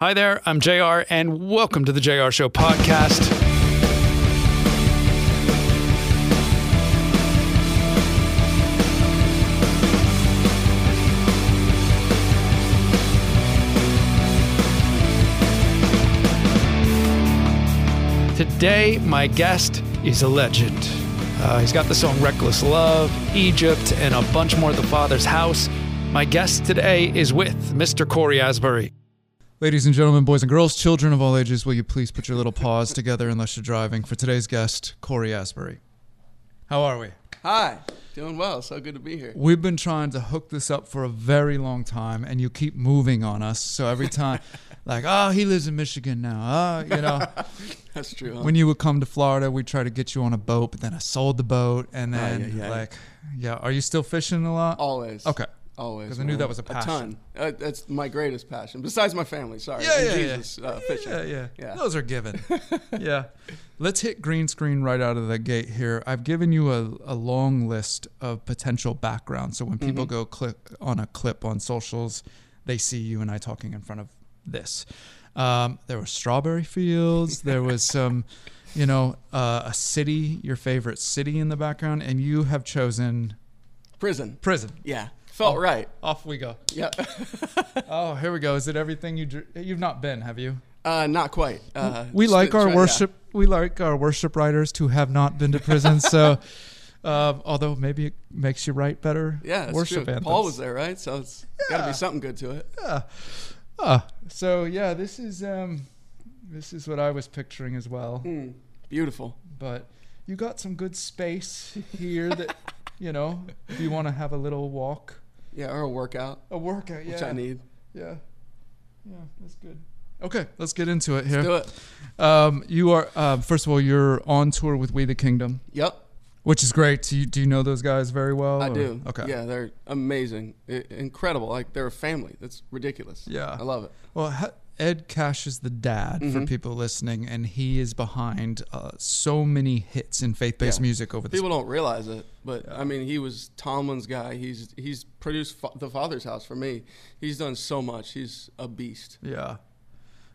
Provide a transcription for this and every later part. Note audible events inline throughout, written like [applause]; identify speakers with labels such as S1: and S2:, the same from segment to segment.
S1: Hi there, I'm JR, and welcome to the JR Show podcast. Today, my guest is a legend. Uh, he's got the song Reckless Love, Egypt, and a bunch more The Father's House. My guest today is with Mr. Corey Asbury.
S2: Ladies and gentlemen, boys and girls, children of all ages, will you please put your little paws together unless you're driving for today's guest, Corey Asbury. How are we?
S3: Hi, doing well. So good to be here.
S2: We've been trying to hook this up for a very long time, and you keep moving on us. So every time, like, oh, he lives in Michigan now. Oh, you know,
S3: That's true. Huh?
S2: when you would come to Florida, we'd try to get you on a boat, but then I sold the boat, and then,
S3: yeah, yeah.
S2: like, yeah, are you still fishing a lot?
S3: Always.
S2: Okay.
S3: Always.
S2: 'Cause I knew
S3: man.
S2: that was a passion.
S3: ton. Uh, that's my greatest passion, besides my family. Sorry.
S2: Yeah,
S3: And
S2: yeah, yeah.
S3: Jesus, Uh, fishing.
S2: Yeah, yeah,
S3: Yeah.
S2: Those are given. yeah. Let's hit green screen right out of the gate here. I've given you a, a long list of potential backgrounds. So when people go click on a clip on socials, they see you and I talking in front of this. Um, there were strawberry fields. There was some, you know, uh, a city, your favorite city in the background, and you have chosen
S3: Prison.
S2: prison.
S3: Yeah.
S2: Oh.
S3: Felt right.
S2: Off we go.
S3: Yeah.
S2: Oh, here we go. Is it everything you dr- you've not been? Have you?
S3: [laughs] uh, not quite. Uh,
S2: we
S3: just
S2: like
S3: been
S2: our
S3: trying- yeah.
S2: worship we like our worship writers to have not been to prison
S3: [laughs]
S2: so um, although maybe it makes you write better
S3: Yeah, that's
S2: worship
S3: true.
S2: anthems.
S3: Paul was there, right? So it's got to be something good to it.
S2: Ah, so yeah this is um, this is what i was picturing as well
S3: Hmm. Beautiful.
S2: but you got some good space here
S3: [laughs]
S2: that you know if you want to have a little walk
S3: Yeah, or a workout,
S2: a workout yeah
S3: which I need.
S2: yeah yeah that's good okay let's get into it here
S3: Do it.
S2: um, you are uh, first of all you're on tour with we the kingdom
S3: Yep.
S2: Which is great. Do you, do you know those guys very well?
S3: I
S2: or-
S3: do.
S2: Oh, Okay.
S3: Yeah, they're amazing, I- incredible. Like they're a family. That's ridiculous.
S2: Yeah.
S3: I love it.
S2: Well, Ha- Ed Cash is the dad
S3: Mm-hmm.
S2: for people listening, and he is behind uh, so many hits in faith-based
S3: Yeah.
S2: music over the
S3: People don't realize it, but I mean, he was Tomlin's guy. He's he's produced fa- the Father's House for me. He's done so much. He's a beast.
S2: Yeah.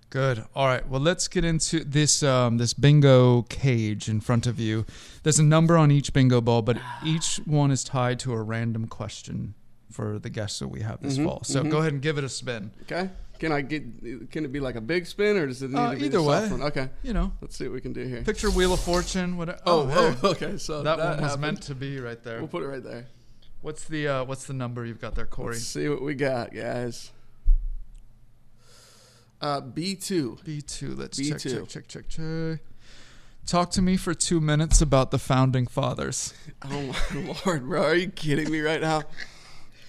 S2: Good. All right. Well, let's get into this um, this bingo cage in front of you. There's a number on each bingo ball, but each one is tied to a random question for the guests that we have
S3: Mm-hmm.
S2: this fall. So go ahead and give it a spin.
S3: Okay, can I get? Can it be like a big spin, or does it need
S2: Uh,
S3: to be
S2: either
S3: the soft
S2: way.
S3: One? Okay,
S2: You know,
S3: let's see what we can do here.
S2: picture Wheel of Fortune. What?
S3: oh,
S2: hey,
S3: oh, [laughs] okay. So
S2: that,
S3: that,
S2: one was
S3: happened.
S2: meant to be right there.
S3: We'll put it right there.
S2: What's the uh, what's the number you've got there, Corey?
S3: Let's see what we got, guys. Uh, B two.
S2: B two. Let's check,
S3: B2.
S2: check, check, check, check. Talk to me for two minutes about the founding fathers.
S3: Oh my [laughs] lord, bro! Are you kidding me right now?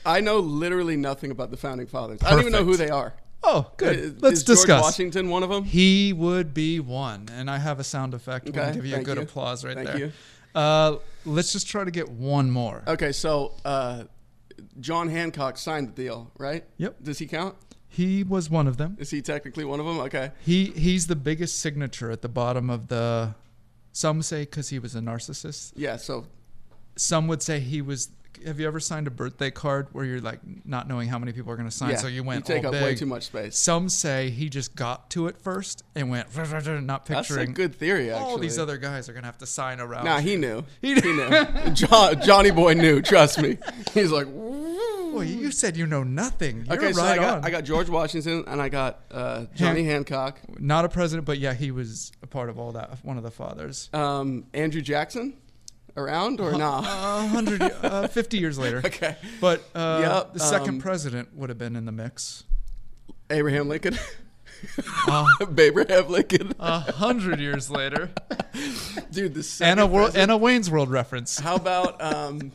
S3: I know literally nothing about the founding fathers. I don't even know who they are.
S2: Oh, good.
S3: Is-
S2: Let's
S3: Uh, is George
S2: discuss.
S3: Washington one of them?
S2: He would be one, and I have a sound effect. We'll
S3: Okay,
S2: give you a
S3: thank
S2: good
S3: you.
S2: applause right
S3: Thank
S2: there.
S3: you.
S2: Uh, let's just try to get one more.
S3: Okay, so uh, John Hancock signed the deal, right?
S2: Yep.
S3: Does he count?
S2: He was one of them.
S3: Is he technically one of them? Okay.
S2: He he's the biggest signature at the bottom of the. Some say because he was a narcissist.
S3: Yeah. So
S2: some would say he was. Have you ever signed a birthday card where you're like not knowing how many people are going to sign,
S3: Yeah,
S2: so you
S3: you
S2: went
S3: take
S2: all
S3: up way
S2: big?
S3: too much space.
S2: Some say he just got to it first and went, not
S3: that's a
S2: picturing
S3: good theory. Actually.
S2: all these other guys are going to have to sign around.
S3: Nah, he knew.
S2: He
S3: He,
S2: knew. [laughs]
S3: knew. John, Johnny Boy knew. Trust me. He's like.
S2: Boy, you said you know nothing. You're
S3: Okay,
S2: right
S3: so I
S2: on.
S3: got, I got George Washington and I got uh, Johnny Hancock,
S2: not a president, but yeah, he was a part of all that. One of the
S3: [laughs]
S2: fathers.
S3: um, Andrew Jackson, around or nah?
S2: A hundred, uh, fifty years later.
S3: Okay.
S2: But uh,
S3: Yep,
S2: the second
S3: um,
S2: president would have been in the mix.
S3: Abraham Lincoln,
S2: Uh.
S3: [laughs] Abraham Lincoln,
S2: A hundred years later,
S3: dude. The second
S2: [laughs] and a world,
S3: president-
S2: and a Wayne's World reference.
S3: How about um,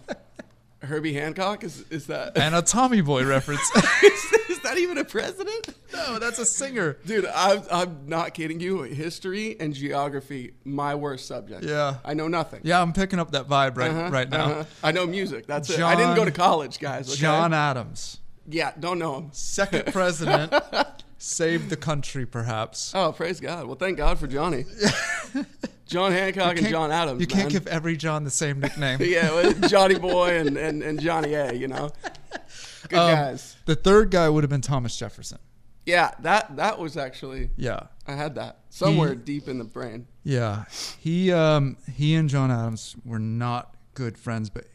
S3: Herbie Hancock? Is is that [laughs]
S2: and a Tommy Boy reference. [laughs]
S3: is, is that even a president?
S2: no, that's a singer.
S3: Dude, I'm, I'm not kidding you. History and geography, my worst subject.
S2: Yeah.
S3: I know nothing.
S2: Yeah, I'm picking up that vibe right
S3: Uh-huh,
S2: right now.
S3: uh-huh. I know music. That's it. I didn't
S2: John-
S3: go to college, guys. okay?
S2: John Adams,
S3: Yeah, don't know him.
S2: second
S3: [laughs]
S2: president, saved the country, perhaps.
S3: Oh, praise God. Well, thank God for
S2: [laughs]
S3: Johnny. John Hancock and
S2: Can't-
S3: John Adams.
S2: You can't
S3: man.
S2: give every John the same nickname.
S3: [laughs] Yeah, well, Johnny Boy and, and, and Johnny A, you know? Good
S2: Um,
S3: guys.
S2: The third guy would have been Thomas Jefferson.
S3: Yeah, that that was actually
S2: Yeah.
S3: I had that somewhere
S2: He-
S3: deep in the brain.
S2: Yeah, he um he and John Adams were not good friends, but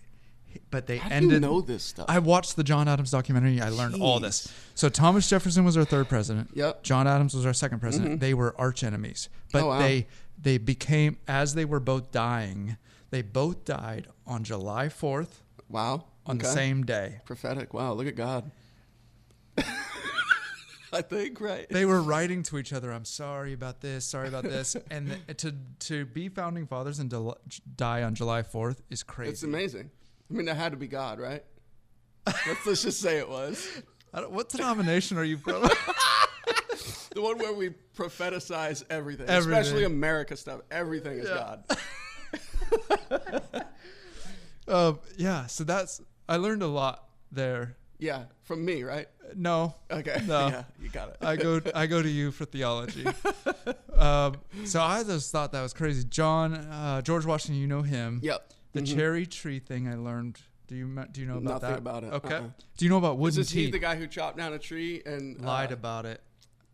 S2: but they
S3: How do
S2: ended.
S3: you know this stuff?
S2: I watched the John Adams documentary. I learned all this. So Thomas Jefferson was our third president.
S3: Yep. Mm-hmm.
S2: John Adams was our second president. They were arch enemies, but
S3: Oh, wow.
S2: they they became as they were both dying. They both died on July fourth
S3: wow.
S2: on the
S3: Okay.
S2: same day.
S3: prophetic. Wow, look at God. [laughs] I think right.
S2: They were writing to each other. I'm sorry about this. Sorry about this.
S3: [laughs]
S2: and th- to to be founding fathers and to die on July fourth is crazy.
S3: It's amazing. I mean, that had to be God, right? let's, let's just say it was
S2: I don't, what denomination are you from?
S3: [laughs] the one where we prophetize everything,
S2: Everything.
S3: especially America stuff. Everything is God.
S2: um, yeah, so that's I learned a lot there.
S3: Yeah, from me,
S2: [laughs]
S3: right?
S2: No,
S3: Okay. [laughs]
S2: No.
S3: Yeah, you got it.
S2: I go I go to you
S3: [laughs]
S2: for theology. um, so I just thought that was crazy. John uh, George Washington, you know him.
S3: Yep. Mm-hmm.
S2: The cherry tree thing I learned. Do you me- do you know about
S3: Nothing
S2: that?
S3: about it,
S2: Okay.
S3: uh-uh.
S2: Do you know about
S3: Is
S2: wooden
S3: this he
S2: teeth?
S3: the guy who chopped down a tree and uh,
S2: Lied about it.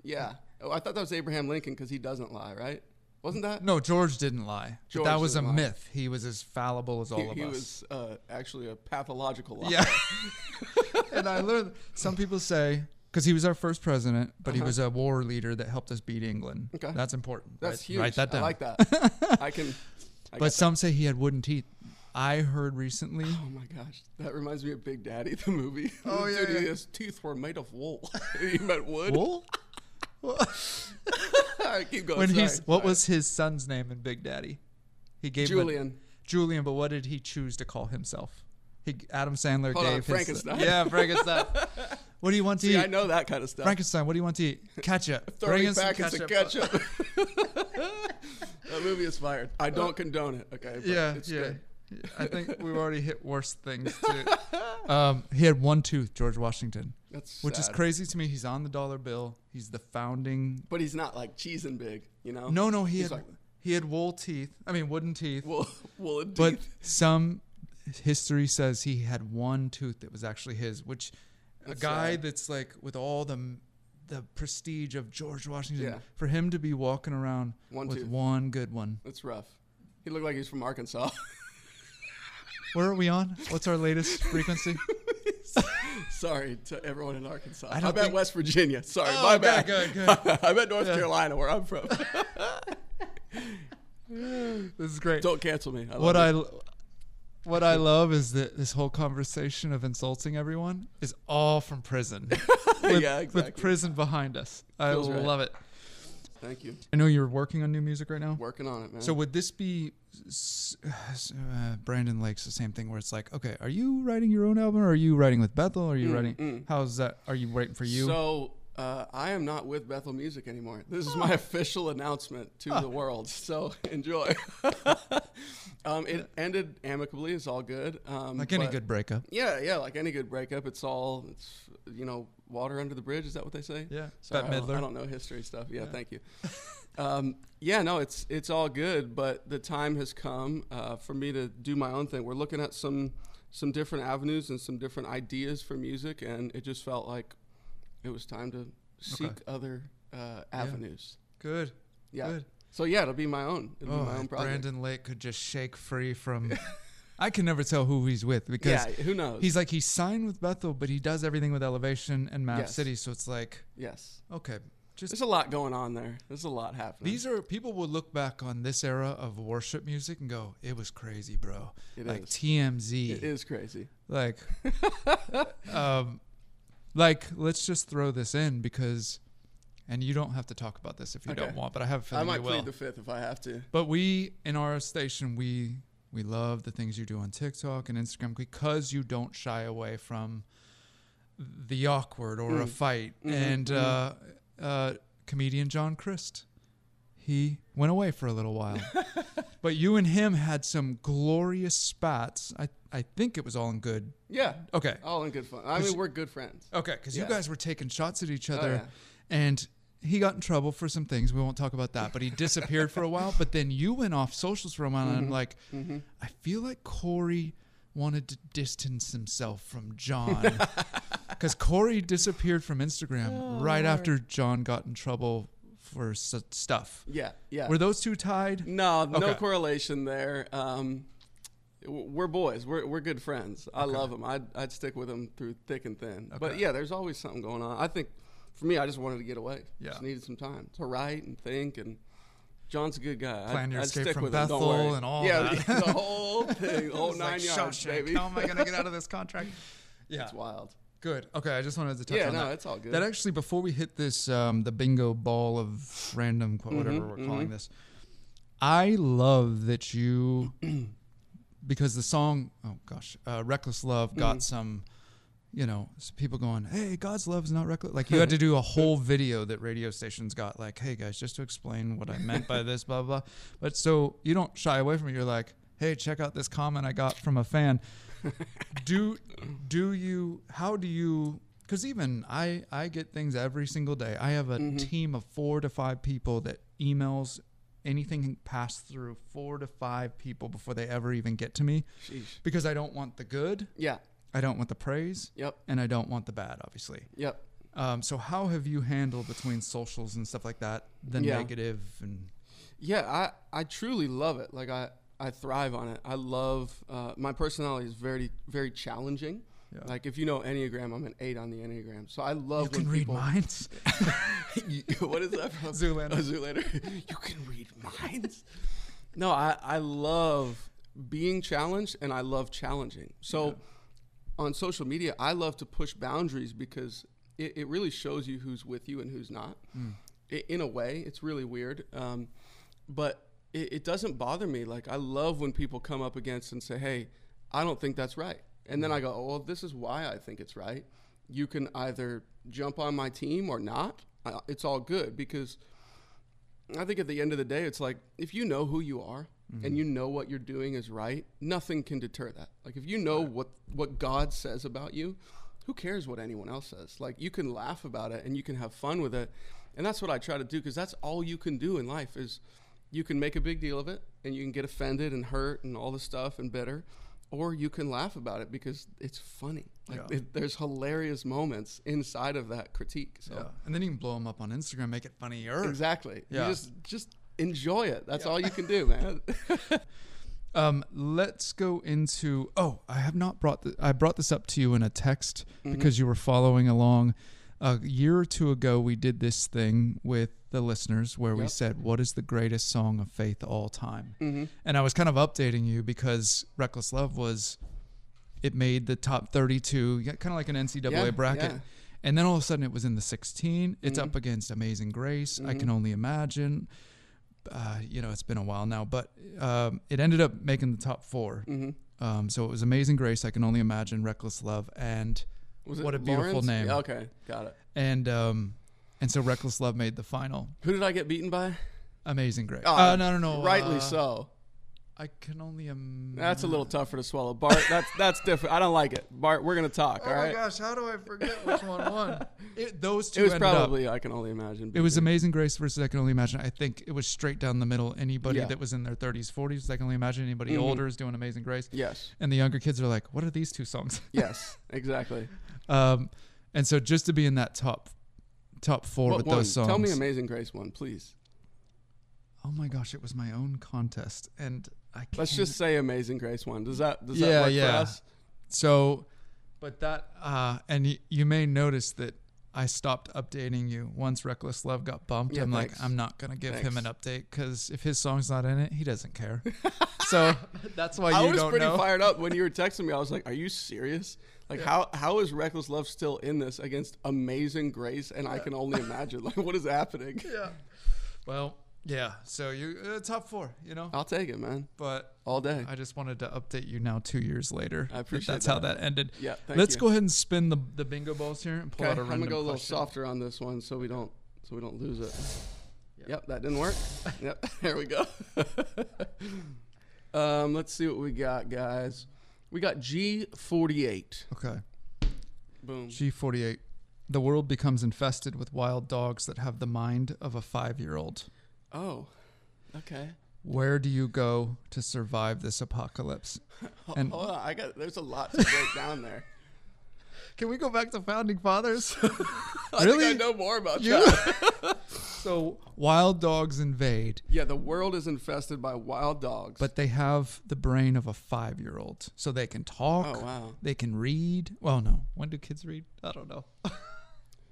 S3: Yeah. Oh, I thought that was Abraham Lincoln because he doesn't lie, right? Wasn't that?
S2: No, George didn't lie. But
S3: George
S2: that was a
S3: didn't lie.
S2: myth. He was as fallible as all
S3: he,
S2: of
S3: he
S2: us.
S3: was uh, actually a pathological liar.
S2: [laughs] Yeah. and I learned some people say because he was our first president, but he was a war leader that helped us beat England.
S3: Uh-huh. Okay.
S2: That's important.
S3: That's
S2: Write-
S3: huge.
S2: Write that
S3: I
S2: down.
S3: like
S2: [laughs]
S3: that. I can. I
S2: But
S3: but
S2: some say he had wooden teeth. I
S3: [laughs]
S2: heard recently.
S3: oh my gosh, that reminds me of Big Daddy the movie.
S2: [laughs] Oh, yeah,
S3: Dude,
S2: yeah.
S3: his teeth were made of wool. [laughs] he meant wood.
S2: Wool?
S3: All right, keep going.
S2: when
S3: sorry,
S2: he's what
S3: sorry.
S2: was his son's name in Big Daddy? He gave him a-
S3: Julian?
S2: Julian, but what did he choose to call himself? He Adam Sandler
S3: Hold on,
S2: gave his
S3: Frankenstein. [laughs]
S2: yeah Frankenstein. what do you want to
S3: See,
S2: eat?
S3: I know that kind of stuff.
S2: Frankenstein. What do you want
S3: [laughs]
S2: to eat? Ketchup.
S3: Throwing
S2: Bring in some
S3: back into ketchup. [laughs] that movie is fired. I don't condone it. Okay. But
S2: Uh, Yeah,
S3: It's
S2: yeah.
S3: good. [laughs]
S2: I think we've already hit worse things too. um, he had one tooth, George Washington,
S3: That's
S2: which is
S3: sad.
S2: crazy to me. He's on the dollar bill. He's the founding.
S3: But he's not like cheesing big, you know.
S2: No, no, he
S3: He's
S2: had
S3: like
S2: he had wool teeth. I mean, wooden teeth.
S3: wool, [laughs] woolen teeth. [laughs]
S2: but some history says he had one tooth that was actually his, which a
S3: That's
S2: guy
S3: sad.
S2: that's like with all the the prestige of George Washington,
S3: Yeah.
S2: for him to be walking around
S3: One
S2: with
S3: tooth.
S2: one good one.
S3: That's rough. He looked like he's from Arkansas. [laughs]
S2: Where are we on? What's our
S3: [laughs]
S2: latest frequency?
S3: Sorry to everyone in Arkansas.
S2: I
S3: I,
S2: don't
S3: bet
S2: think-
S3: West Virginia. Sorry,
S2: Oh,
S3: my
S2: okay,
S3: bad.
S2: good, good.
S3: [laughs] I bet North Carolina, where I'm
S2: [laughs]
S3: from.
S2: this is great.
S3: don't cancel me. I
S2: [laughs]
S3: love
S2: what
S3: [laughs]
S2: I
S3: you.
S2: what I love is that this whole conversation of insulting everyone is all from prison. with,
S3: [laughs] Yeah, exactly.
S2: With prison behind us, I
S3: Feels right.
S2: love it.
S3: Thank you.
S2: I know you're working on new music right now.
S3: Working on it, man.
S2: So would this be s- s- uh, Brandon Lake's the same thing where it's like, okay, are you writing your own album or are you writing with Bethel? Are you writing? How's that? Are you waiting for you?
S3: Mm, So, uh, I am not with Bethel Music anymore. This is my
S2: Ah.
S3: official announcement to the world. So [laughs] enjoy.
S2: [laughs]
S3: um, it ended amicably. It's all good. Um,
S2: like any
S3: but-
S2: good breakup.
S3: Yeah, yeah. Like any good breakup, it's all it's you know water under the bridge. Is that what they say?
S2: Yeah,
S3: Sorry,
S2: Bette
S3: I don't, I
S2: Midler.
S3: don't know history stuff. Yeah, thank
S2: [laughs]
S3: you. um, yeah, no, it's it's all good, but the time has come uh, for me to do my own thing. We're looking at some some different avenues and some different ideas for music, and it just felt like it was time to seek other uh, avenues.
S2: Good.
S3: Yeah.
S2: Good.
S3: So yeah, it'll be my own. It'll
S2: Oh,
S3: be my own
S2: if
S3: project.
S2: Brandon Lake could just shake free
S3: [laughs]
S2: from. I can never tell who he's with because
S3: Yeah, who knows?
S2: he's like he's signed with Bethel, but he does everything with Elevation and Map
S3: Yes.
S2: City. So it's like,
S3: yes.
S2: okay, just
S3: There's a lot going on there. There's a lot happening.
S2: these are people will look back on this era of worship music and go, it was crazy, bro.
S3: It
S2: like
S3: is.
S2: TMZ,
S3: it is crazy. [laughs]
S2: like, um, like let's just throw this in because, and you don't have to talk about this if you don't
S3: Okay.
S2: want, but I have a feeling
S3: I might
S2: you will.
S3: plead the fifth if I have to.
S2: But we in our station we we love the things you do on TikTok and Instagram because you don't shy away from the awkward or a fight. and Uh, uh, comedian John Christ, he went away for a little while, but you and him had some glorious spats. I I think it was all in good.
S3: Yeah.
S2: Okay,
S3: All in good fun. I mean, we're good friends.
S2: Okay, because you
S3: Yeah. Oh,
S2: guys were taking shots at each other,
S3: yeah.
S2: and he got in trouble for some things. We won't talk about that, but he disappeared for a while. But then you went off socials for a while,
S3: Mm-hmm.
S2: and I'm like,
S3: [laughs]
S2: I feel like Corey wanted to distance himself from John. because Corey disappeared from
S3: Oh,
S2: Instagram right after John got in trouble for s- stuff.
S3: Yeah, yeah.
S2: Were those two tied?
S3: no, no
S2: Okay.
S3: correlation there. Um, w- we're boys. We're, we're good friends. I love him. I'd, I'd stick with him through thick and thin. But yeah, there's always something going on. I think for me, I just wanted to get away.
S2: Yeah.
S3: Just needed some time to write and think. And John's a good guy.
S2: Plan
S3: I'd,
S2: your
S3: I'd
S2: escape
S3: stick
S2: from
S3: with him. Don't
S2: Bethel
S3: worry.
S2: and all
S3: yeah, [laughs]
S2: that. [laughs]
S3: the whole thing, the whole
S2: It's
S3: nine
S2: like,
S3: yards,
S2: Shawshank,
S3: baby.
S2: How am I gonna get out of [laughs] this contract? Yeah,
S3: It's wild.
S2: good. Okay, I just wanted to touch
S3: Yeah,
S2: on
S3: no,
S2: that.
S3: it's all good.
S2: That actually, before we hit this, um, the bingo ball of random, qu- whatever we're calling this, I love that you, [clears throat] because the song, oh gosh, uh, "Reckless Love" got some, you know, s- people going, "Hey, God's love is not reckless." Like you had to do a whole video that radio stations got, like, "Hey guys, just to explain what I meant by this, blah blah." blah." But so you don't shy away from it. You're like, "Hey, check out this comment I got from a fan." do do you how do you because even i i get things every single day i have a team of four to five people that emails anything passed through four to five people before they ever even get to me
S3: Sheesh.
S2: because i don't want the good
S3: Yeah.
S2: i don't want the praise
S3: Yep.
S2: and i don't want the bad obviously
S3: Yep.
S2: um, so how have you handled between socials and stuff like that the
S3: Yeah.
S2: negative and
S3: Yeah, I, I truly love it. Like I, I thrive on it. I love uh, my personality is very very challenging.
S2: Yeah.
S3: Like if you know Enneagram, I'm an eight on the Enneagram. So I love
S2: you can
S3: when
S2: read
S3: people. [laughs]
S2: minds [laughs]
S3: what is that [laughs] from?
S2: Zoolander.
S3: Oh, Zoolander. [laughs] you can read minds. no, I I love being challenged and I love challenging. So on social media, I love to push boundaries because it, it really shows you who's with you and who's not. I- in a way, it's really weird. Um, but it, it doesn't bother me. Like, I love when people come up against and say, hey, I don't think that's right. And then I go, oh, well, this is why I think it's right. You can either jump on my team or not. I, it's all good because I think at the end of the day, it's like if you know who you are and you know what you're doing is right, nothing can deter that. Like if you know what what God says about you, who cares what anyone else says? Like you can laugh about it and you can have fun with it, and that's what I try to do because that's all you can do in life is you can make a big deal of it and you can get offended and hurt and all this stuff and bitter, or you can laugh about it because it's funny. Like
S2: Yeah.
S3: it- there's hilarious moments inside of that critique. So.
S2: yeah. and then you can blow them up on instagram make it funnier
S3: Exactly.
S2: Yeah.
S3: You just just enjoy it. That's all you can do,
S2: [laughs]
S3: man.
S2: Um, let's go into. Oh, I have not brought. The, I brought this up to you in a text
S3: Mm-hmm.
S2: because you were following along. A year or two ago, we did this thing with the listeners where we
S3: Yep. Mm-hmm.
S2: said, "What is the greatest song of faith all time?" And I was kind of updating you because "Reckless Love" was. It made the top 32, yeah, kind of like an NCAA
S3: Yeah,
S2: bracket.
S3: yeah. Mm-hmm.
S2: And then all of a sudden, it was in the 16. It's up against "Amazing Grace." I can only imagine uh, you know, it's been a while now, but um, it ended up making the top 4
S3: Mm-hmm.
S2: Um, so it was Amazing Grace, I Can Only Imagine, Reckless Love, and
S3: Was
S2: what
S3: it
S2: a beautiful
S3: Lawrence?
S2: name.
S3: Yeah, okay, got it.
S2: And um, and so Reckless Love made the final.
S3: Who did I get beaten by?
S2: Amazing Grace.
S3: Oh,
S2: uh, no, no, no.
S3: Rightly
S2: uh,
S3: so.
S2: I can only imagine.
S3: That's a little tougher to swallow, Bart. That's that's different. I don't like it, Bart. We're gonna talk. all right.
S2: Oh, gosh, how do I forget which one won? [laughs] It, those two
S3: It was
S2: ended up-
S3: probably I can only imagine.
S2: It was Amazing Grace versus I Can Only Imagine. I think it was straight down the middle. Anybody
S3: Yeah. Mm-hmm.
S2: that was in their 30s, 40s, I can only imagine anybody older is doing Amazing Grace.
S3: Yes.
S2: And the younger kids are like, what are these two songs?
S3: yes, [laughs] exactly.
S2: Um, and so just to be in that top top four
S3: What
S2: with
S3: one?
S2: those songs.
S3: Tell me Amazing Grace one, please.
S2: oh my gosh, it was my own contest, and I can't.
S3: Let's just say Amazing Grace one. Does that does
S2: Yeah,
S3: that work
S2: yeah.
S3: for us?
S2: so, but that uh, and y- you may notice that I stopped updating you once Reckless Love got bumped.
S3: Yeah,
S2: I'm
S3: thanks.
S2: like, I'm not gonna give him an
S3: Thanks.
S2: update because if his song's not in it, he doesn't
S3: [laughs]
S2: care. so that's why
S3: I
S2: you
S3: was
S2: don't
S3: pretty
S2: know.
S3: fired up when you
S2: [laughs]
S3: were texting me. I was like, "Are you serious? Like, how how is Reckless Love still in this against Amazing Grace?" And I can only imagine. Like, what is happening?
S2: [laughs] Yeah. Well, yeah. So you uh, top four, you know,
S3: I'll take it, man,
S2: but
S3: all day.
S2: I just wanted to update you now, two years later. that
S3: appreciate
S2: That's how that ended.
S3: Yeah, thank
S2: Let's
S3: you.
S2: go ahead and spin the, the bingo balls here and pull
S3: Okay,
S2: out a
S3: I'm
S2: random
S3: gonna go a little
S2: question.
S3: softer on this one so we don't so we don't lose it. Yep, that didn't
S2: [laughs]
S3: work. yep, [laughs] there we go. um, let's see what we got, guys. We got G48.
S2: Okay.
S3: Boom.
S2: G48. The world becomes infested with wild dogs that have the mind of a five year old.
S3: Oh, okay.
S2: Where do you go to survive this apocalypse? [laughs] And [laughs]
S3: Hold on, I got. There's a lot to break down there.
S2: Can we go back to founding fathers?
S3: [laughs] I
S2: really?
S3: think I know more about
S2: You-
S3: that.
S2: so wild dogs invade,
S3: Yeah, the world is infested by wild dogs.
S2: but they have the brain of a five-year-old, so they can talk.
S3: Oh, wow.
S2: They can read. Well, no. When do kids read? I don't know.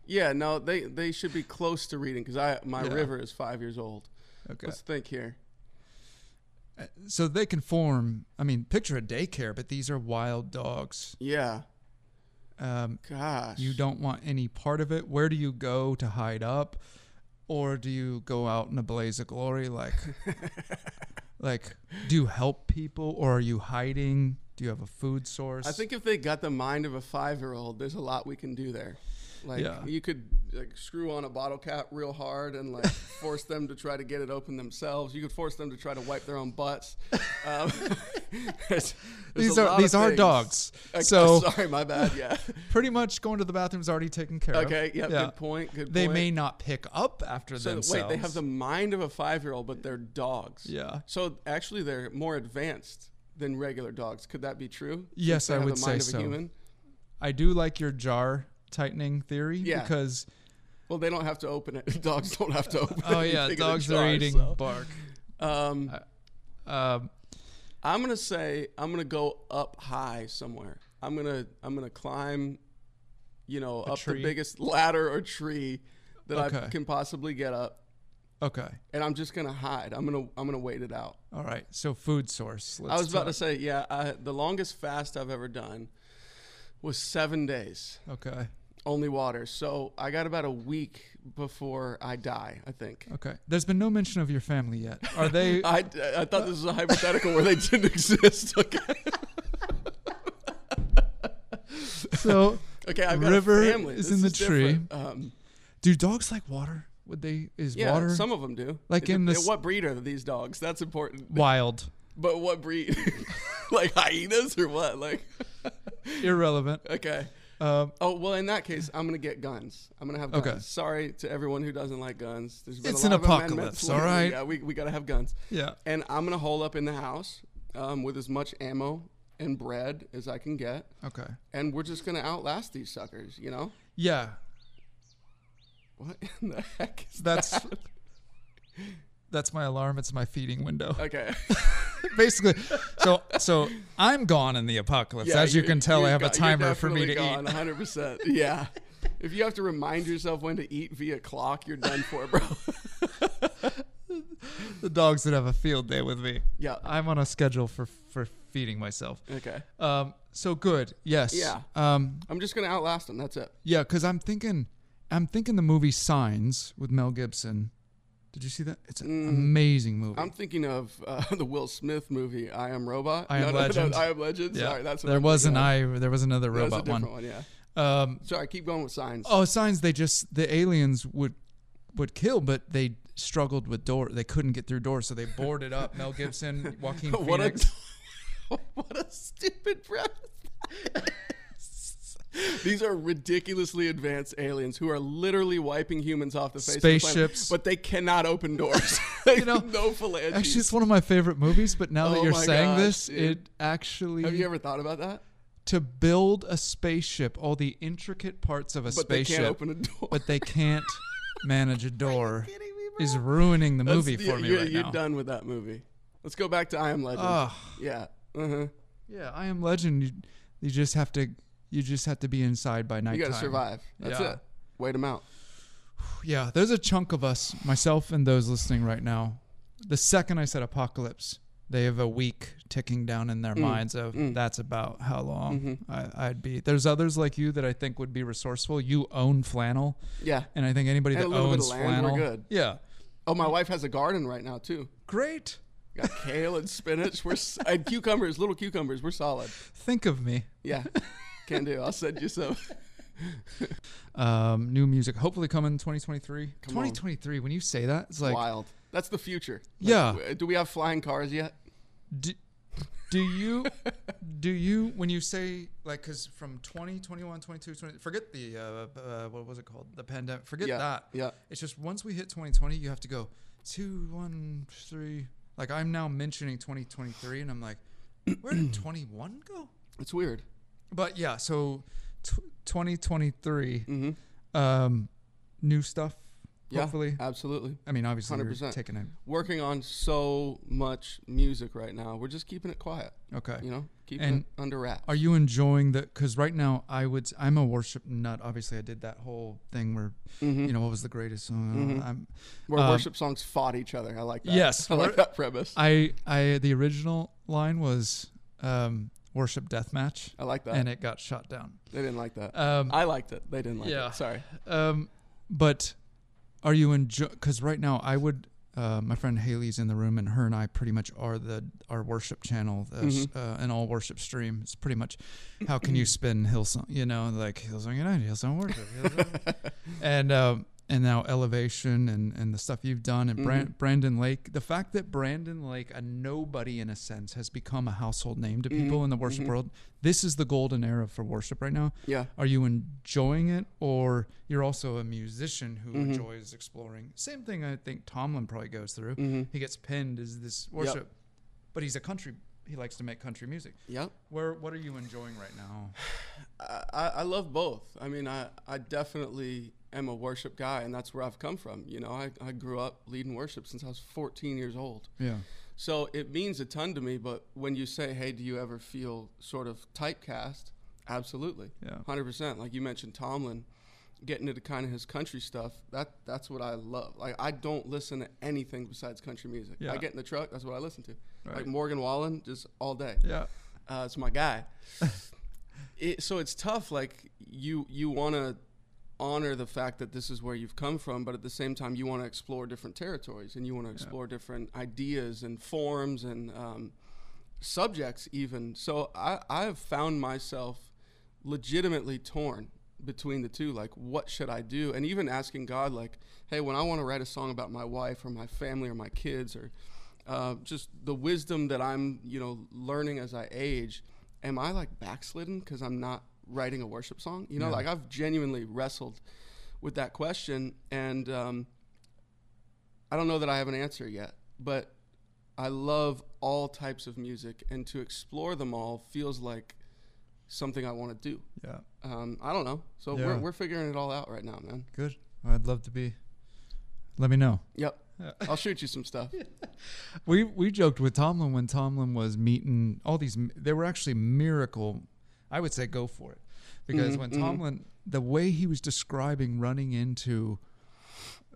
S3: yeah, no, they they should be close to reading because I my
S2: Yeah.
S3: river is five years old.
S2: Okay.
S3: Let's think here.
S2: So they can form. I mean, picture a daycare, but these are wild dogs.
S3: Yeah,
S2: Um,
S3: gosh.
S2: you don't want any part of it. Where do you go to hide up, or do you go out in a blaze of glory?
S3: [laughs]
S2: Like, like, do you help people, or are you hiding? Do you have a food source?
S3: I think if they got the mind of a five-year-old, there's a lot we can do there. Like
S2: Yeah.
S3: you could like screw on a bottle cap real hard and
S2: [laughs]
S3: like force them to try to get it open themselves. You could force them to try to wipe their own
S2: [laughs]
S3: butts. Um, [laughs] there's- there's
S2: these
S3: a
S2: are
S3: lot of
S2: these are
S3: things.
S2: dogs.
S3: I- [laughs]
S2: so
S3: sorry, my bad.
S2: [laughs]
S3: Yeah.
S2: pretty much going to the bathroom is already taken care of.
S3: Okay. Yeah, Good point. Good.
S2: They
S3: point.
S2: may not pick up after
S3: So th-
S2: themselves.
S3: wait, they have the mind of a five-year-old, but they're dogs.
S2: Yeah.
S3: So actually, they're more advanced than regular dogs. Could that be true? Since
S2: Yes,
S3: they
S2: I
S3: have
S2: would
S3: the
S2: say
S3: mind of
S2: so.
S3: A human?
S2: I do like your jar tightening theory
S3: Yeah.
S2: because
S3: Well, they don't have to open it. [laughs] Dogs don't have to open. [laughs]
S2: oh yeah,
S3: anything in a
S2: dogs
S3: jar,
S2: are eating
S3: so.
S2: bark.
S3: Um,
S2: Um,
S3: I'm gonna say I'm gonna go up high somewhere. I'm gonna I'm gonna climb, you know, up
S2: tree?
S3: the biggest ladder or tree that I
S2: Okay.
S3: can possibly get up,
S2: okay,
S3: and I'm just gonna hide. I'm gonna I'm gonna wait it out.
S2: all right. So food source. Let's
S3: I was about
S2: talk-
S3: to say, yeah, I, the longest fast I've ever done was seven days,
S2: Okay,
S3: only water. So I got about a week before I die, I think.
S2: okay. There's been no mention of your family yet.
S3: [laughs]
S2: Are they?
S3: I, I thought this was a hypothetical where they didn't [laughs] exist. Okay,
S2: [laughs] so
S3: okay I've got
S2: River
S3: a family.
S2: is
S3: This
S2: in the
S3: different. Um,
S2: do dogs like water? Would they? Is
S3: yeah,
S2: water
S3: some of them do.
S2: Like
S3: It
S2: in
S3: dep-
S2: this-
S3: what breed are these dogs? That's important.
S2: wild?
S3: But what breed? [laughs] like hyenas or what? Like, [laughs]
S2: Irrelevant.
S3: okay.
S2: Um,
S3: Oh well, in that case, I'm gonna get guns. I'm gonna have guns.
S2: Okay.
S3: Sorry to everyone who doesn't like guns. There's been
S2: It's
S3: a
S2: an
S3: lot of amendments
S2: apocalypse,
S3: lately.
S2: all right?
S3: Yeah, we, we gotta have guns.
S2: yeah.
S3: And I'm gonna hole up in the house um, with as much ammo and bread as I can get,
S2: Okay.
S3: and we're just gonna outlast these suckers. You know
S2: Yeah.
S3: what [laughs] in the heck is
S2: That's
S3: that?
S2: that's my alarm. It's my feeding window.
S3: [laughs] Okay.
S2: [laughs] basically so so i'm gone in the apocalypse
S3: Yeah,
S2: as you
S3: you're-
S2: can tell
S3: you're
S2: i have a
S3: go- you're
S2: timer for me to
S3: definitely gone,
S2: eat
S3: 100%.
S2: [laughs]
S3: Yeah. If you have to remind yourself when to eat via clock, you're done for, bro. [laughs]
S2: the dogs that have a field day with me
S3: Yeah.
S2: i'm on a schedule for for feeding myself
S3: Okay.
S2: um so good yes
S3: Yeah.
S2: um
S3: I'm just gonna outlast them. That's it.
S2: yeah because i'm thinking i'm thinking the movie signs with mel gibson did you see that it's an amazing movie
S3: Mm. I'm thinking of [laughs] uh, the Will Smith movie, I Am Robot.
S2: I Am Legend.
S3: I Am Legend.
S2: yeah
S3: Sorry, that's what
S2: there
S3: I'm
S2: was an
S3: thinking of.
S2: i there was another
S3: That was a
S2: robot
S3: different
S2: one.
S3: one. Yeah.
S2: um
S3: Sorry, keep going with signs.
S2: Oh, signs! They just the aliens would would kill, but they struggled with door. They couldn't get through doors, so they boarded up.
S3: [laughs]
S2: Mel Gibson, Joaquin
S3: what a
S2: Oh, Phoenix.
S3: what a stupid premise. [laughs] These are ridiculously advanced aliens who are literally wiping humans off the face of the planet,
S2: Spaceships.
S3: but they cannot open
S2: [laughs]
S3: doors. [laughs]
S2: You know,
S3: no phalanges.
S2: actually, it's one of my favorite movies. But now that
S3: Oh
S2: you're
S3: my
S2: saying
S3: gosh,
S2: this,
S3: dude.
S2: it actually
S3: Have you ever thought about that?
S2: to build a spaceship, all the intricate parts of a
S3: But
S2: spaceship,
S3: they can't open a door. [laughs]
S2: but they can't manage a door, is ruining the movie
S3: That's-
S2: for
S3: you're,
S2: me
S3: you're,
S2: right
S3: you're
S2: now.
S3: done with that movie. Let's go back to I Am Legend.
S2: Ugh.
S3: yeah. Uh-huh.
S2: yeah, I am Legend. You, you just have to you just have to be inside by night.
S3: You got to survive. That's
S2: Yeah.
S3: it. Wait them out.
S2: Yeah, there's a chunk of us, myself and those listening right now. The second I said apocalypse, they have a week ticking down in
S3: Mm,
S2: their minds of that's about how long
S3: Mm-hmm.
S2: I, I'd be. There's others like you that I think would be resourceful. You own flannel,
S3: Yeah.
S2: and I think anybody
S3: And a
S2: that
S3: little bit
S2: owns
S3: of land, we're
S2: flannel,
S3: good.
S2: yeah,
S3: Oh, my wife has a garden right now too.
S2: great.
S3: Got kale and spinach. We're s- and cucumbers, little cucumbers. We're solid.
S2: Think of me.
S3: Yeah, can do. I'll send you some.
S2: Um, new music hopefully coming 2023.
S3: on.
S2: 2023. When you say that, it's [laughs] like,
S3: Wild. That's the future.
S2: Yeah.
S3: w- Do we have flying cars yet?
S2: do, do
S3: [laughs]
S2: you do you when you say like because from 20 21 22 20 forget the uh, uh what was it called the pandemic forget
S3: Yeah,
S2: that
S3: yeah.
S2: it's just once we hit 2020 you have to go two one three like i'm now
S3: [clears throat]
S2: mentioning 2023 and i'm like where did 21 go
S3: It's weird.
S2: but yeah so tw 2023,
S3: hmm
S2: um, new stuff.
S3: Yeah,
S2: Hopefully,
S3: absolutely.
S2: I mean, obviously, you're
S3: 100%.
S2: taking it.
S3: Working on so much music right now. We're just keeping it quiet.
S2: Okay.
S3: You know, keeping
S2: And
S3: it under wraps.
S2: Are you enjoying the? Because right now, I would. s- I'm a worship nut. Obviously, I did that whole thing where,
S3: Mhm.
S2: you know, what was the greatest song?
S3: Mhm.
S2: I'm,
S3: Where
S2: um,
S3: worship songs fought each other. I like that. [laughs]
S2: Yes,
S3: I
S2: we're-
S3: like that premise. I,
S2: I. I. The original line was, um, "Worship Death Match,"
S3: like that.
S2: and it got shot down.
S3: they didn't like that.
S2: Um,
S3: I liked it. They didn't like
S2: yeah.
S3: it. Sorry.
S2: Um, but are you enjoy? Because right now, I would. Uh, my friend Haley's in the room, and her and I pretty much are the our worship channel, uh, s- uh, an all worship stream. It's pretty much how can you spin Hillsong, you know, like Hillsong United, Hillsong Worship, Hillsong. and um, and now Elevation and and the stuff you've done,
S3: Mm-hmm.
S2: and Bran- Brandon Lake. The fact that Brandon Lake, a nobody in a sense, has become a household name to
S3: Mm-hmm.
S2: people in the worship world. This is the golden era for worship right now
S3: Yeah.
S2: are you enjoying it or you're also a musician who
S3: Mm-hmm.
S2: enjoys exploring same thing i think tomlin probably goes through
S3: Mm-hmm.
S2: he gets pinned as this worship but he's a country he likes to make country music
S3: Yep.
S2: where what are you enjoying right now
S3: I, I I love both. I mean, I, I definitely am a worship guy, and that's where I've come from. You know, I, I grew up leading worship since I was 14 years old.
S2: yeah
S3: So it means a ton to me. But when you say, hey, do you ever feel sort of typecast? Absolutely.
S2: Yeah.
S3: 100%. Like you mentioned, Tomlin getting into kind of his country stuff. That That's what I love. Like, I don't listen to anything besides country music.
S2: Yeah.
S3: I get in the truck, that's what I listen to.
S2: Right.
S3: Like Morgan Wallen, just all day
S2: yeah
S3: uh, it's my guy. [laughs] it, so it's tough. Like you, you want to honor the fact that this is where you've come from, but at the same time, you want to explore different territories and you want to explore different ideas and forms and um, subjects, even. So I, I have found myself legitimately torn between the two. Like, what should I do? And even asking God, like, hey, when I want to write a song about my wife or my family or my kids or uh, just the wisdom that I'm, you know, learning as I age, am I like backslidden because I'm not writing a worship song? You know, like I've genuinely wrestled with that question, and um, I don't know that I have an answer yet. But I love all types of music, and to explore them all feels like something I want to do.
S2: yeah
S3: Um, I don't know, so
S2: Yeah.
S3: we're we're figuring it all out right now, man.
S2: good i'd love to be let me know
S3: Yep,
S2: Yeah.
S3: I'll shoot you some
S2: [laughs]
S3: stuff.
S2: we we joked with Tomlin when Tomlin was meeting all these. They were actually miracle. I would say go for it
S3: Mm,
S2: because
S3: mm-hmm.
S2: when Tomlin, the way he was describing running into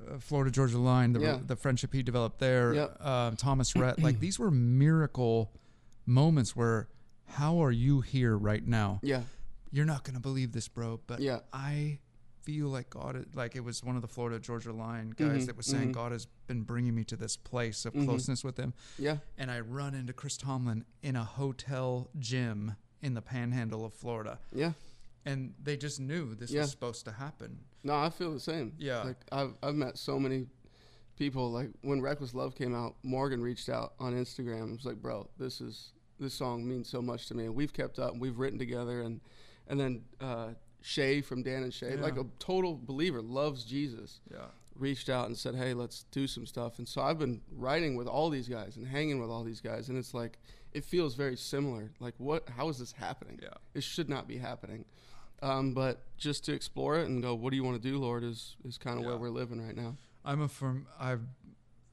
S2: uh, Florida Georgia Line, the
S3: Yeah.
S2: the friendship he developed there,
S3: Yep.
S2: um, Thomas Rhett,
S3: [clears throat]
S2: like these were miracle moments where. How are you here right now?
S3: Yeah,
S2: You're not gonna believe this, bro. But
S3: Yeah.
S2: I feel like God. is- Like it was one of the Florida Georgia Line guys
S3: Mm-hmm,
S2: that was saying God has been bringing me to this place of closeness with Him
S3: yeah,
S2: and I run into Chris Tomlin in a hotel gym in the panhandle of Florida.
S3: yeah.
S2: And they just knew this
S3: Yeah.
S2: was supposed to happen.
S3: No, I feel the same.
S2: Yeah.
S3: Like I've I've met so many people. Like when Reckless Love came out, Morgan reached out on Instagram. and was like, bro, this is this song means so much to me, and we've kept up, and we've written together, and and then uh, Shay from Dan and Shay, like
S2: Yeah.
S3: a total believer, loves Jesus
S2: Yeah.
S3: reached out and said, "Hey, let's do some stuff." And so I've been writing with all these guys and hanging with all these guys, and it's like it feels very similar. Like, what? How is this happening?
S2: Yeah.
S3: it should not be happening. Um, but just to explore it and go, what do you want to do, Lord? Is is kind of where
S2: Yeah.
S3: we're living right now.
S2: I'm a firm I'm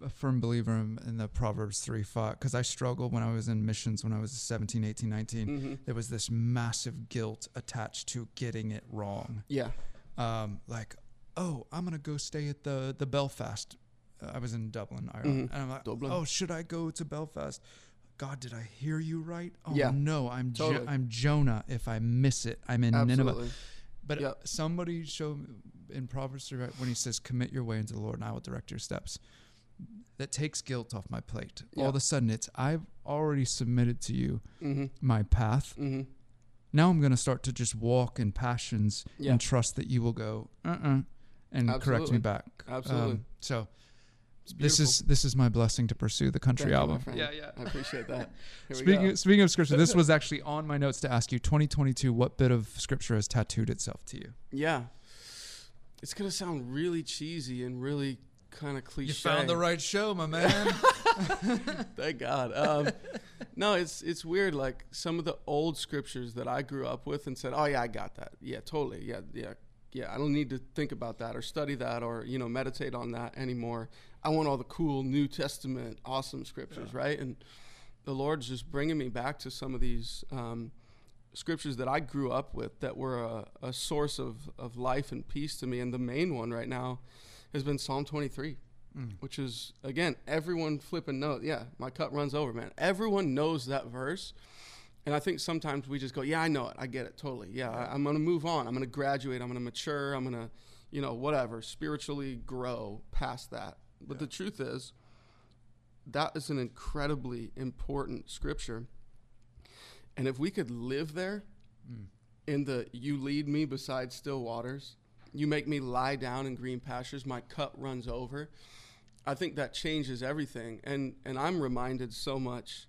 S2: a firm believer in, in the Proverbs 3 5 cuz I struggled when I was in missions when I was 17, 18, 19.
S3: Mm-hmm.
S2: There was this massive guilt attached to getting it wrong.
S3: Yeah,
S2: um, like, oh, I'm gonna go stay at the the Belfast. Uh, I was in Dublin, Ireland, and I'm like,
S3: Mm-hmm. Dublin.
S2: oh, should I go to Belfast? God, did I hear you right? Oh
S3: Yeah.
S2: no, I'm Jo-
S3: Totally.
S2: I'm Jonah. If I miss it, I'm in Nineveh.
S3: absolutely.
S2: But
S3: Yep.
S2: somebody showed me in Proverbs 3, right, when he says, "Commit your way into the Lord, and I will direct your steps." That takes guilt off my plate. All
S3: Yeah.
S2: of a sudden, it's I've already submitted to you
S3: Mm-hmm.
S2: my path
S3: Mm-hmm.
S2: now I'm going to start to just walk in passions
S3: Yeah.
S2: and trust that you will go, uh, uh and correct
S3: Absolutely.
S2: me back. Um,
S3: Absolutely.
S2: so this is this is my blessing to pursue the country album.
S3: yeah, yeah. I appreciate that. [laughs] Here
S2: Speaking
S3: we go.
S2: of, speaking of scripture,
S3: [laughs]
S2: this was actually on my notes to ask you. 2022, what bit of scripture has tattooed itself to you?
S3: yeah, it's gonna sound really cheesy and really kind of cliche.
S2: right show, my man.
S3: Thank God. Um, [laughs] No, it's it's weird. Like some of the old scriptures that I grew up with and said, "Oh yeah, I got that. Yeah, totally. Yeah, yeah, yeah. I don't need to think about that or study that or you know meditate on that anymore. I want all the cool New Testament awesome scriptures, right?" And the Lord's just bringing me back to some of these um, scriptures that I grew up with that were a, a source of of life and peace to me. And the main one right now has been Psalm 23 which is again everyone flipping knows. Yeah, my cup runs over, man. Everyone knows that verse, and I think sometimes we just go, "Yeah, I know it. I get it totally. Yeah, I, I'm gonna move on. I'm gonna graduate. I'm gonna mature. I'm gonna, you know, whatever, spiritually grow past that." But the truth is, that is an incredibly important scripture, and if we could live there, in the "You lead me beside still waters." You make me lie down in green pastures. My cup runs over. I think that changes everything. And and I'm reminded so much,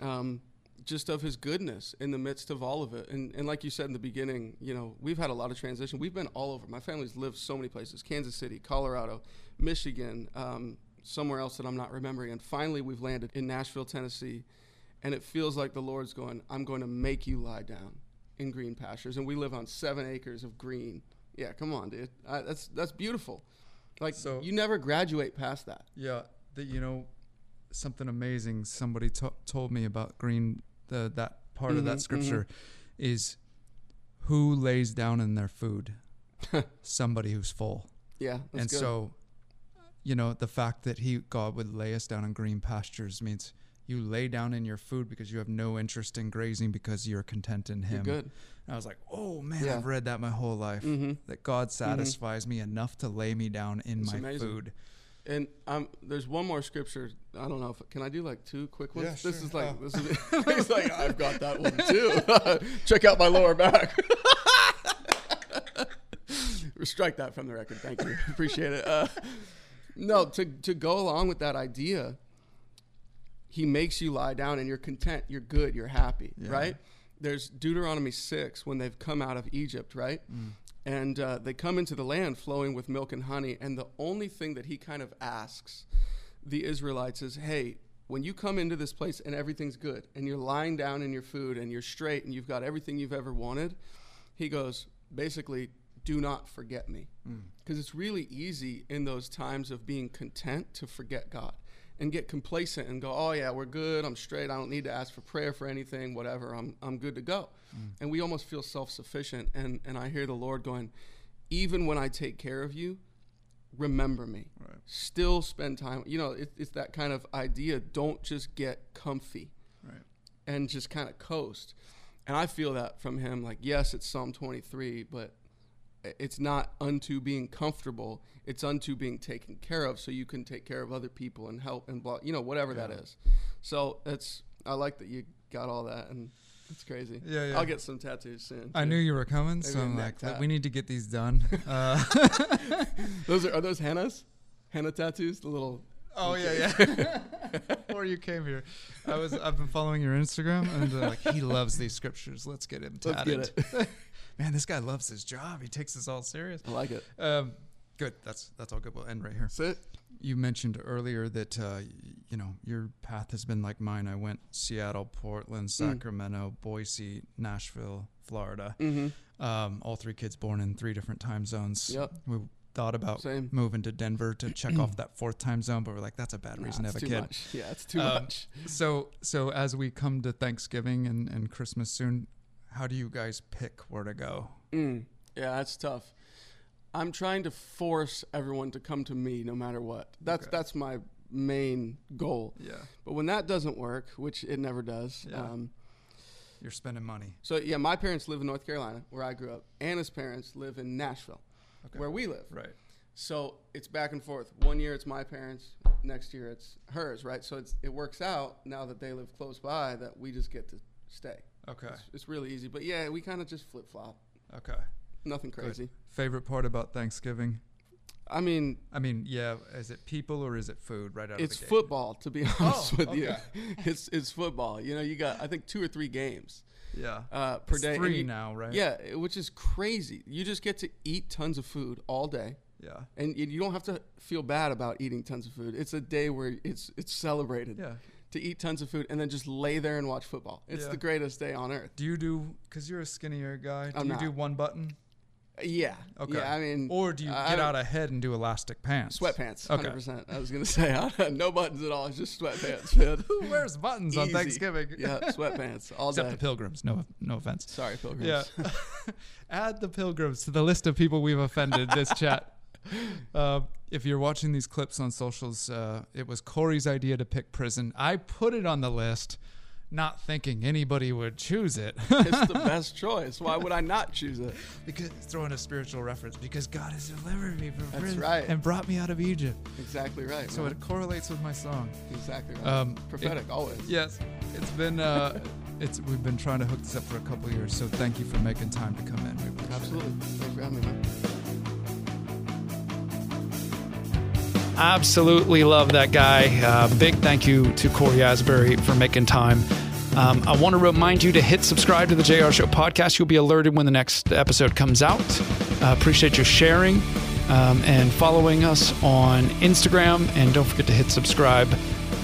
S3: um, just of His goodness in the midst of all of it. And and like you said in the beginning, you know, we've had a lot of transition. We've been all over. My family's lived so many places: Kansas City, Colorado, Michigan, um, somewhere else that I'm not remembering. And finally, we've landed in Nashville, Tennessee, and it feels like the Lord's going, "I'm going to make you lie down in green pastures." And we live on seven acres of green. Yeah, come on, dude. I, that's that's beautiful. Like
S2: So-
S3: you never graduate past that.
S2: Yeah, that you know, something amazing somebody to- told me about green the that part of that
S3: Mm-hmm,
S2: scripture is who lays down in their
S3: [laughs]
S2: food? somebody who's full.
S3: Yeah, that's
S2: and
S3: good.
S2: so you know, the fact that he God would lay us down in green pastures means you lay down in your food because you have no interest in grazing because you're content in him.
S3: good.
S2: And I was like, "Oh man,
S3: Yeah. Mm-hmm.
S2: I've read that my whole life. That God satisfies me enough to lay me down in my
S3: amazing.
S2: food."
S3: And um, there's one more scripture. I don't know if can I do like two quick ones.
S2: Yeah,
S3: this
S2: sure.
S3: is like this is [laughs] he's like I've got that
S2: [laughs]
S3: one too. [laughs] Check out my lower back. [laughs] Strike that from the record. Thank you. Appreciate it. Uh, no, to to go along with that idea, he makes you lie down and you're content, you're good, you're happy, right? There's Deuteronomy 6 when they've come out of Egypt, right? And uh, they come into the land flowing with milk and honey. And the only thing that he kind of asks the Israelites is, hey, when you come into this place and everything's good and you're lying down in your food and you're straight and you've got everything you've ever wanted, he goes, basically, do not forget me. Because it's really easy in those times of being content to forget God and get complacent and go, oh, yeah, we're good. I'm straight. I don't need to ask for prayer for anything, whatever. I'm, I'm good to go. And we almost feel self sufficient. And, and I hear the Lord going, even when I take care of you, remember me. Still spend time. You know, it, it's that kind of idea. Don't just get comfy
S2: Right.
S3: and just kind of coast. And I feel that from him. Like, yes, it's Psalm 23, but i- it's not unto being comfortable. It's unto being taken care of, so you can take care of other people and help and blah, you know, whatever that is. So it's. I like that you got all that, and it's crazy.
S2: Yeah, yeah.
S3: I'll get some tattoos soon.
S2: I
S3: too.
S2: knew you were coming,
S3: Maybe
S2: so
S3: a
S2: I'm like,
S3: neck
S2: "Th-
S3: tap.
S2: we need to get
S3: [laughs]
S2: these done. Uh, [laughs]
S3: those are are those hennas, henna tattoos, the little.
S2: oh yeah, yeah. [laughs] Before you came here, I was I've been following your Instagram, and they're like, he loves these scriptures. Let's get him
S3: Let's
S2: tatted.
S3: get it. [laughs]
S2: Man, this guy loves his job. He takes this all serious.
S3: I like it.
S2: Um, good. That's that's all good. We'll end right here.
S3: Sit.
S2: You mentioned earlier that uh, y- you know your path has been like mine. I went Seattle,
S3: Mm.
S2: Portland, Sacramento, Boise, Nashville, Florida. Um, all three kids born in three different time zones.
S3: Mm-hmm. Yep.
S2: We thought about
S3: Same.
S2: moving to Denver to check off that fourth time zone, but we're like, that's a bad reason
S3: Nah,
S2: to
S3: it's
S2: have a
S3: too
S2: kid.
S3: much. Yeah, it's too
S2: Um,
S3: much.
S2: So so as we come to Thanksgiving and, and Christmas soon, how do you guys pick where to go?
S3: Mm, yeah, that's tough. I'm trying to force everyone to come to me no matter what. That's that's my main goal.
S2: Yeah.
S3: But when that doesn't work, which it never does,
S2: Yeah.
S3: um,
S2: You're spending money.
S3: so yeah, my parents live in North Carolina, where I grew up. Anna's parents live in Nashville, where we live.
S2: Right.
S3: So it's back and forth. One year it's my parents, next year it's hers, right? So it's, it works out now that they live close by that we just get to stay.
S2: Okay.
S3: It's, it's really easy. But yeah, we kind of just flip flop.
S2: Okay.
S3: Nothing crazy.
S2: Favorite part about Thanksgiving?
S3: I mean,
S2: I mean, yeah, is it people or is it food right out
S3: it's
S2: of the gate?
S3: football to be [laughs] honest with
S2: Oh, okay.
S3: you it's it's football you know you got i think two or three games
S2: Yeah.
S3: uh, per
S2: It's
S3: day and
S2: three
S3: you-
S2: now, right?
S3: yeah it- which is crazy you just get to eat tons of food all day
S2: Yeah.
S3: and you- you don't have to feel bad about eating tons of food it's a day where it's it's celebrated
S2: Yeah.
S3: to eat tons of food and then just lay there and watch football. It's
S2: Yeah.
S3: the greatest day on earth.
S2: Do you do? Because you're a skinnier guy. Do
S3: I'm
S2: you
S3: not.
S2: do one button?
S3: Yeah.
S2: Okay.
S3: Yeah, I mean,
S2: or do you
S3: I- I
S2: get
S3: don't-
S2: out ahead and do elastic pants?
S3: Sweatpants,
S2: Okay.
S3: hundred percent. I was gonna [laughs] say no buttons at all. It's just
S2: [laughs]
S3: sweatpants, man.
S2: Who wears buttons
S3: [laughs]
S2: on
S3: Easy.
S2: Thanksgiving?
S3: yeah,
S2: [laughs]
S3: sweatpants all
S2: Except
S3: day.
S2: the pilgrims. No, no offense.
S3: Sorry, pilgrims.
S2: Yeah. [laughs] Add the pilgrims to the list of people we've offended this [laughs] chat. Uh, if you're watching these clips on socials, uh, it was Corey's idea to pick prison. I put it on the list, not thinking anybody would choose it.
S3: [laughs]
S2: [laughs]
S3: it's the best choice. Why would I not choose it?
S2: because throwing a spiritual reference, because God has delivered me from
S3: That's
S2: prison
S3: right.
S2: and brought me out of Egypt.
S3: Exactly right.
S2: So it correlates with my song.
S3: exactly right.
S2: Um,
S3: Prophetic always.
S2: Yes, it's been uh, [laughs] it's we've been trying to hook this up for a couple years. So thank you for making time to come in. We appreciate it.
S3: Absolutely. Thanks for having me, man.
S1: Absolutely love that guy. Uh, big thank you to Corey Asbury for making time. Um, I want to remind you to hit subscribe to the JR Show podcast. You'll be alerted when the next episode comes out. Uh, appreciate your sharing um, and following us on Instagram. And don't forget to hit subscribe,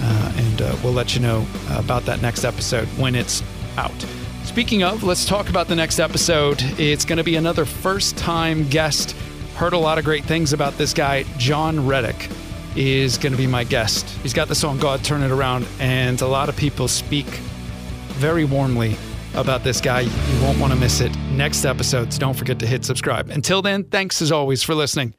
S1: uh, and uh, we'll let you know about that next episode when it's out. Speaking of, let's talk about the next episode. It's going to be another first time guest. Heard a lot of great things about this guy. John Reddick is going to be my guest. He's got the song God Turn It Around, and a lot of people speak very warmly about this guy. You won't want to miss it. Next episodes, don't forget to hit subscribe. Until then, thanks as always for listening.